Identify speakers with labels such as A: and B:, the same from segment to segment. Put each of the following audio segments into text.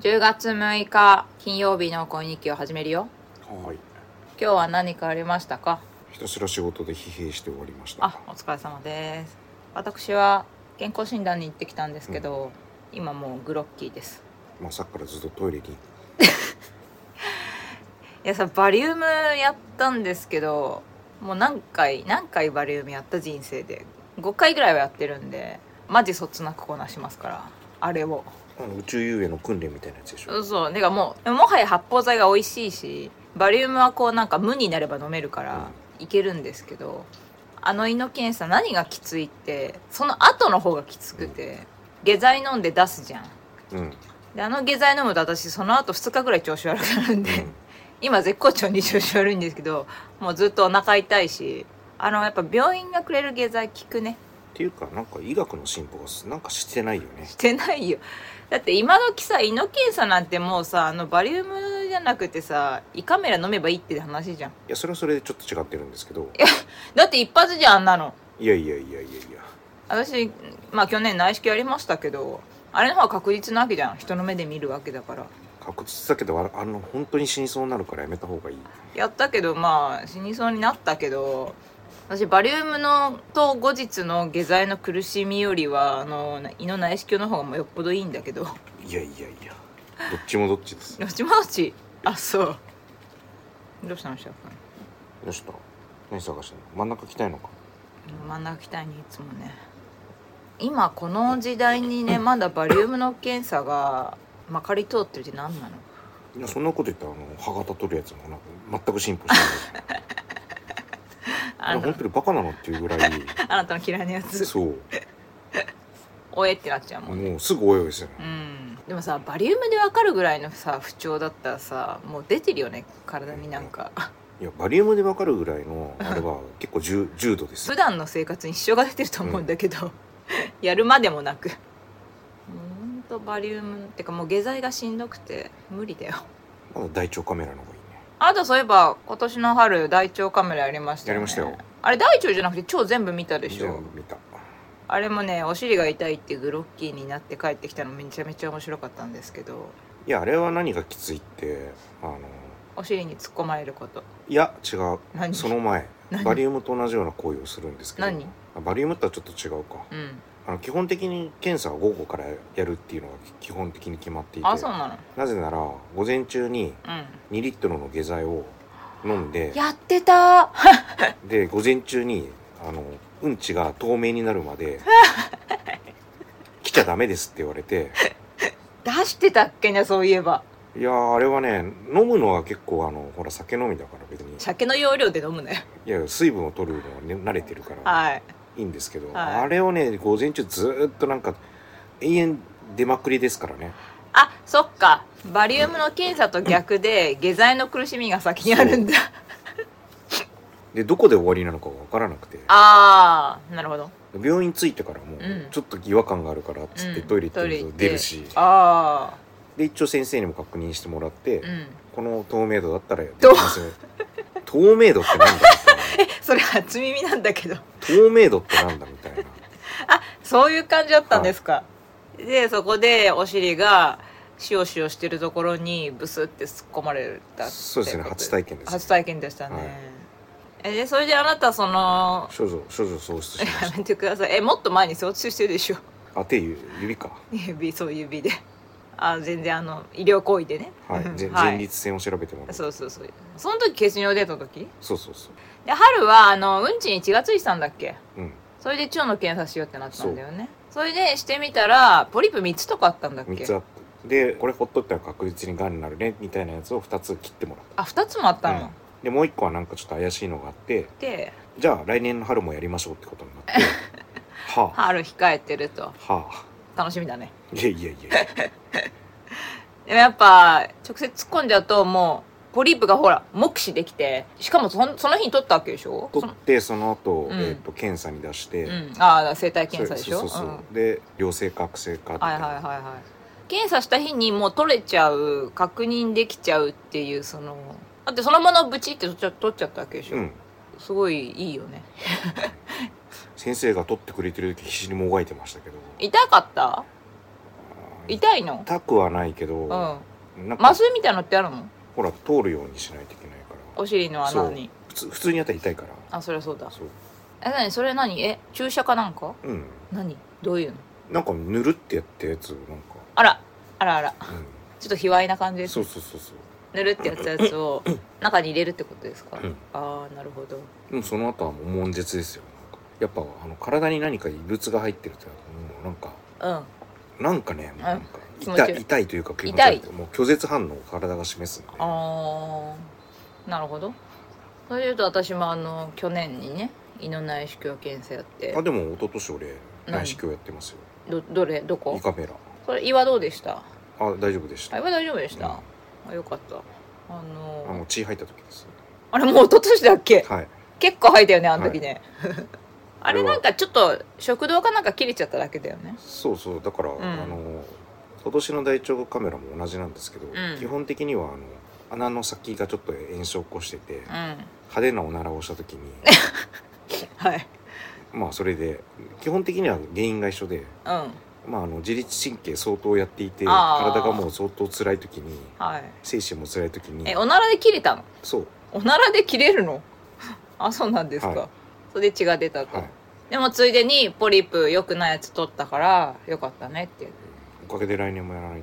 A: 10月6日金曜日の恋日記を始めるよ
B: はい
A: 今日は何かありましたか
B: ひたすら仕事で疲弊して終わりました
A: あお疲れ様です私は健康診断に行ってきたんですけど、今もうグロッキーです
B: まあさっきからずっとトイレに
A: いやさバリウムやったんですけどもう何回何回バリウムやった人生で5回ぐらいはやってるんでマジそつなくこなしますからあれを
B: あの宇宙遊泳の訓練みたいなやつでしょ、
A: そうそうてかもうもはや発泡剤が美味しいしバリウムはこうなんか無になれば飲めるからいけるんですけど、あの胃の検査何がきついってその後の方がきつくて、下剤飲んで出すじゃん
B: うんうん
A: であの下剤飲むと私その後2日ぐらい調子悪くなるんで、今絶好調に調子悪いんですけどもうずっとお腹痛いしあのやっぱ病院がくれる下剤効くね
B: っていうかなんか医学の進歩がすなんかしてないよね
A: してないよだって今時さ胃の検査なんてもうさあのバリウムじゃなくてさ胃カメラ飲めばいいって話じゃん
B: いやそれはそれでちょっと違ってるんですけど
A: だって一発じゃんあんなの
B: いやいやいやいやいや
A: 私まあ去年内視鏡やりましたけどあれの方が確実なわけじゃん人の目で見るわけだから
B: 確実だけどああの本当に死にそうになるからやめた方がいい
A: やったけどまあ死にそうになったけど私バリウムのと後日の下剤の苦しみよりはあの胃の内視鏡の方がもうよっぽどいいんだけど
B: いやいやいやどっちもどっちです
A: どっちもどっちあそうどうしたのしゃ
B: どうした何探してんの真ん中来たいのか
A: 真ん中来たいにいつもね今この時代にねまだバリウムの検査がまかり通ってるって何なの
B: いやそんなこと言ったらあの歯型取るやつもなんか全く進歩 してない
A: あ
B: いや
A: なた
B: 本
A: の
B: 当にバカなのっていう ぐらい
A: あなたの嫌いなやつ
B: そう
A: おえってなっちゃうもんね
B: もうすぐおいおいする
A: うんでもさバリウムでわかるぐらいのさ不調だったらさもう出てるよね体になんか
B: いやバリウムで分かるぐらいのあれは結構重重度です
A: 普段の生活に支障が出てると思うんだけど、やるまでもなくもうほんとバリウムってかもう下剤がしんどくて無理だよ
B: まだ大腸カメラの方がいいね
A: あとそういえば今年の春大腸カメラやりましたよ、ね、
B: やりましたよ
A: あれ大腸じゃなくて腸全部見たでしょ
B: 全部見た
A: あれもねお尻が痛いってグロッキーになって帰ってきたのめちゃめちゃ面白かったんですけど
B: いやあれは何がきついってあの
A: お尻に突っ込まれること
B: いや違う
A: 何
B: その前
A: 何
B: バリウムと同じような行為をするんですけど
A: 何
B: あバリウムとはちょっと違うか
A: うん
B: あの基本的に検査は午後からやるっていうのが基本的に決まっていて
A: あそうな
B: なぜなら午前中に
A: のうん
B: 2リットルの下剤を飲んで
A: やってた
B: で午前中にあのうんちが透明になる まで来ちゃダメですって言われて
A: 出してたっけねそういえば
B: いやーあれはね飲むのは結構あのほら酒飲みだから別に
A: 鮭の容量で飲むね
B: いや水分を取るのは、ね、慣れてるから
A: はい
B: いいんですけど、
A: はい
B: あれをね午前中ずーっとなんか永遠出まくりですからね
A: あそっかバリウムの検査と逆で下剤の苦しみが先にあるんだ
B: でどこで終わりなのかが分からなくて
A: ああなるほど
B: 病院着いてからも
A: うん
B: ちょっと違和感があるからっつって
A: うん
B: トイレ行っ
A: トイ
B: て
A: レ
B: る
A: 行っ
B: と
A: て
B: 出るし、
A: あ
B: で一応先生にも確認してもらって、
A: あうん
B: この透明度だったらできますよ 透明度ってなんだみ
A: それ初耳なんだけど
B: たいな透明度ってなんだみたいな
A: そういう感じだったんですか、でそこでお尻がしおしおしてるところにブスって突っ込まれたってこと
B: そうですね初体験です
A: 初体験でしたね、
B: はい
A: えでそれであなたその
B: 少女少女喪失しまし
A: やめてくださいえもっと前に想中してるでしょ
B: たあ手指指か
A: 指そう指であ全然あの医療行為でね
B: はい、
A: うん
B: 前前立腺を調べてもらう
A: そうそうそうその時血尿出た時
B: そうそうそう
A: で春はあのうんちに血がついてたんだっけ
B: うん
A: それで腸の検査しようってなったんだよねそれでしてみたらポリープ3つとかあったんだっ
B: 3
A: け
B: つあってでこれほっとったら確実にがんになるねみたいなやつを2つ切ってもらっ
A: あ二2つもあったたの、
B: うんでもう1個はなんかちょっと怪しいのがあって
A: で
B: じゃあ来年の春もやりましょうってことになって はあ
A: 春控えてると
B: はあ
A: 楽しみだね
B: いやいやいや
A: でもやっぱ直接突っ込んじゃうともうポリープがほら目視できてしかもそんその日に取ったわけでしょ
B: 取ってその後、
A: うん
B: えっと検査に出して、
A: そのうん、ああ生体検査でしょ
B: そうそうそう
A: うん
B: そうで良性か悪性かみた
A: はいいは
B: ない
A: はいはい検査した日にもう取れちゃう確認できちゃうっていうそのだってそのままブチって取っちゃ取っちゃったわけでしょ、
B: うん
A: すごいいいよね
B: 先生が取ってくれてる時必死にもがいてましたけど
A: 痛かった
B: あ
A: 痛いの
B: 痛くはないけ
A: う
B: ど、
A: ん
B: なんか
A: 麻酔みたいなのってあるの
B: ほら通るようにしないといけないから
A: お尻の穴に
B: 普通普通にやったら痛いから
A: あそりゃそうだ
B: そう
A: え何それ何え注射かなんか
B: うん
A: 何どういうの
B: なんかぬるってやったやつをなんか、
A: あらあらあら
B: う
A: ちょっと卑猥な感じで
B: ん、
A: す
B: そうそうそうそう
A: ぬるってやったやつ を中に入れるってことですか、
B: うん
A: ああなるほど
B: でもその後はもう悶絶ですよなんかやっぱあの体に何か異物が入ってるってもうなんか
A: うん
B: なんかねもうなんか
A: 気持ち
B: 痛
A: 悪い
B: い痛いというか気持ち
A: 痛
B: 悪
A: い
B: いもう拒絶反応を体が示すんで
A: あーなるほどそれでいうと私もあの去年にね胃の内視鏡検査やって
B: あでも一昨年俺
A: 何
B: 内視鏡やってますよ
A: どどれどこ
B: 胃カメラ
A: それ胃はどうでした
B: あ大丈夫でした
A: あ胃は大丈夫でし
B: うん
A: た、あよかったあの
B: あの血入った時です
A: あれもう一昨年だっけ
B: はい
A: 結構吐いたよねあの時ね、 あれ
B: あれは
A: なんかちょっと食道かなんか切れちゃっただけだよね
B: そうそうだから、
A: ん
B: あの今年の大腸カメラも同じなんですけど、
A: ん
B: 基本的にはあの穴の先がちょっと炎症を起こして
A: う
B: て、
A: ん
B: 派
A: は
B: 手なおならをした時に
A: い
B: まあそれで基本的には原因が一緒で、
A: うん
B: まあ、あの自律神経相当やっていて
A: あー
B: 体がもう相当辛い時に
A: はい
B: 精神も辛い時に
A: えおならで切れたの
B: そう
A: おならで切れるの あそうなんですか、
B: はい
A: それで血が出たと、
B: はい
A: でもついでにポリープ良くないやつ取ったから良かったねっていう
B: おかげで来年もやらない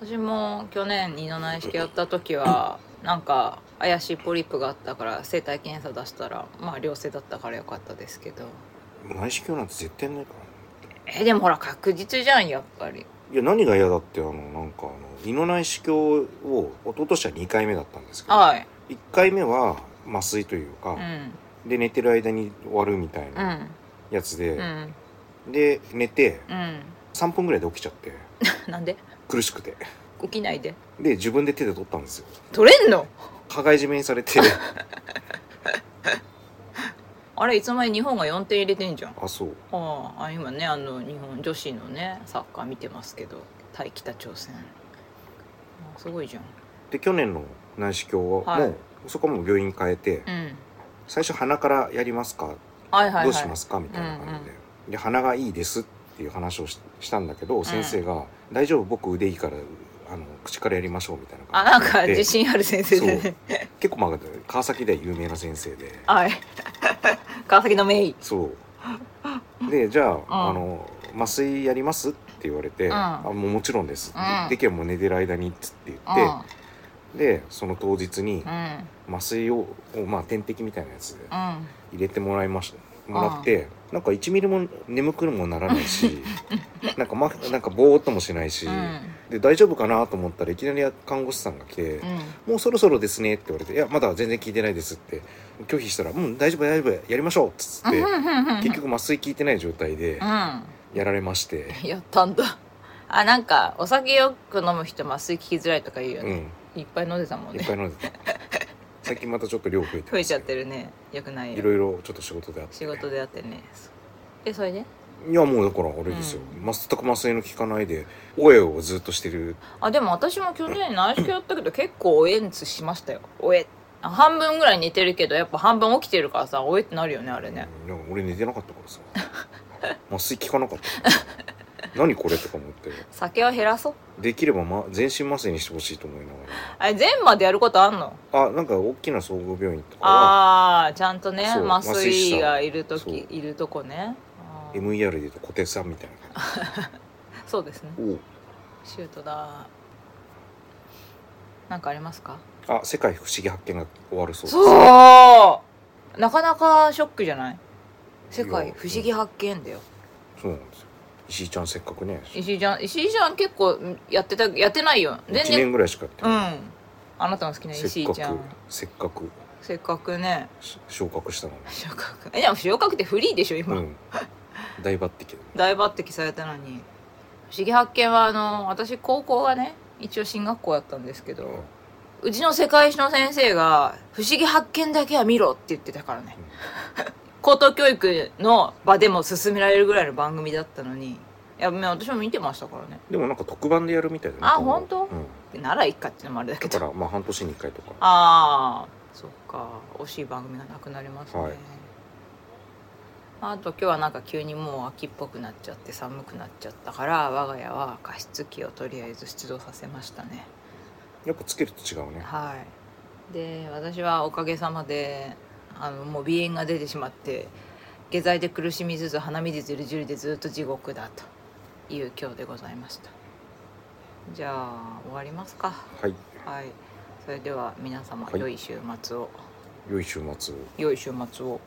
A: 私も去年二の内視鏡やった時 はなんか怪しいポリープがあったから生体検査出したらまあ良性だったから良かったですけど
B: 内視鏡なんて絶対ないからね
A: えでもほら確実じゃんやっぱり
B: いや何が嫌だってあのなんかあの胃の内視鏡を一昨年は2回目だったんですけど
A: はい
B: 1回目は麻酔というか
A: う、ん
B: で寝てる間に終わるみたいうなんやつ
A: う
B: で、
A: ん
B: で寝て
A: うん
B: 3分ぐらいで起きちゃって
A: なんで
B: 苦しくて
A: 起きないで
B: で自分で手で取ったんですよ
A: 取れんの
B: 羽交い締めにされて
A: あれいつの間に日本が4点入れてんじゃん
B: あそう
A: ああ今ねあの日本女子のねサッカー見てますけど対北朝鮮あすごいじゃん
B: で去年の内視鏡は、
A: はい
B: もうそこはもう病院変えて、
A: うん
B: 最初鼻からやりますか、
A: はいはいはい
B: どうしますかみたいな感じで、で鼻がいいですっていう話をししたんだけど、先生が「大丈夫僕腕いいからあの口からやりましょう」みたいな
A: あなん
B: じ
A: か
B: で
A: 自信ある先生でね
B: 結構まあ川崎では有名な先生で
A: はい川崎のメイ
B: そうでじゃあ,、あの麻酔やりますって言われて、
A: うん
B: あもうもちろんですって、
A: うん
B: できればもう寝てる間にっつって
A: う
B: 言
A: ん
B: って、でその当日に
A: うん
B: 麻酔を、をまあ、点滴みたいなやつで
A: うん
B: 入れてもらいましたもらってなんか1ミリも眠くもならな いしなんか,、ま、なんかぼーっともしないし、
A: うん
B: で大丈夫かなと思ったらいきなり看護師さんが来て「
A: うん
B: もうそろそろですね」って言われて「いやまだ全然聞いてないです」って拒否したら「うん大丈夫大丈夫やりましょう」っつって結局麻酔効いてない状態で
A: うん
B: やられまして、
A: やったんだあなんかお酒よく飲む人麻酔効きづらいとか言うよ
B: うん、
A: ね、いっぱい飲んでたもん
B: いっ
A: ね
B: ぱい飲んでた最近またちょっと量増えて
A: 増えちゃって
B: る
A: るねよくない
B: い
A: よ
B: ろいろちょっと仕事であって
A: 仕事であってねでそれで
B: いやもうだからあれですよ、全く麻酔の効かないでおえをずっとしてる
A: あでも私も去年内視鏡やったけど結構おえんつしましたよおえあ半分ぐらい寝てるけどやっぱ半分起きてるからさおえってなるよねあれね
B: うんなんか俺寝てなかったからさ 麻酔効かなかったからさ何これとか思って
A: 酒は減らそう
B: できれば、ま、全身麻酔にしてほしいと思いな
A: あれ全までやることあんの
B: がらあなんか大きな総合病院とかは
A: ああーちゃんとね
B: そう
A: 麻酔
B: 麻酔師さ
A: が
B: ん
A: いる
B: そう
A: 時いるとこねあー
B: MER でいうと小手さんみたいな
A: そうですね
B: おう
A: シュートだなんかありますか
B: あ世界不思議発見が終わるそうです
A: そうなかなかショックじゃない世界不思議発見だよ
B: そうなんですよ石井ちゃんせっかくね1
A: 石井ちゃん石井ちゃん結構んやってたやってないよ全然
B: 年ぐらいしかやって
A: う
B: ない、
A: んあなたの好きな石
B: せっ
A: 井
B: か
A: ちゃん
B: くせっかく
A: せっかくね
B: し昇格したのに
A: 昇格えでも昇格ってフリーでしょ今、
B: うん大抜擢
A: 大抜擢されたのに「不思議発見は」あの私高校がね一応進学校やったんですけど、
B: うん
A: うちの世界史の先生が「不思議発見だけは見ろ」って言ってたからね、高等教育の場でも勧められるぐらいの番組だったのにいやもう私も見てましたからね
B: でもなんか特番でやるみたいだね
A: あ
B: 今後
A: 本当
B: うん、
A: ならいっかっていうのもあれだけ
B: だ
A: ど
B: からまあ半年に1回とか
A: ああそっか惜しい番組がなくなりますね、
B: はい
A: あと今日はなんか急にもう秋っぽくなっちゃって寒くなっちゃったから我が家は加湿器をとりあえず出動させましたね
B: やっぱつけると違うね
A: はいで私はおかげさまであのもう鼻炎が出てしまって下剤で苦しみつつ鼻水ずるじるでずっと地獄だという今日でございましたじゃあ終わりますか
B: はい
A: はいそれでは皆様、
B: はい
A: 良い週末を
B: 良い週末を
A: 良い週末を
B: はい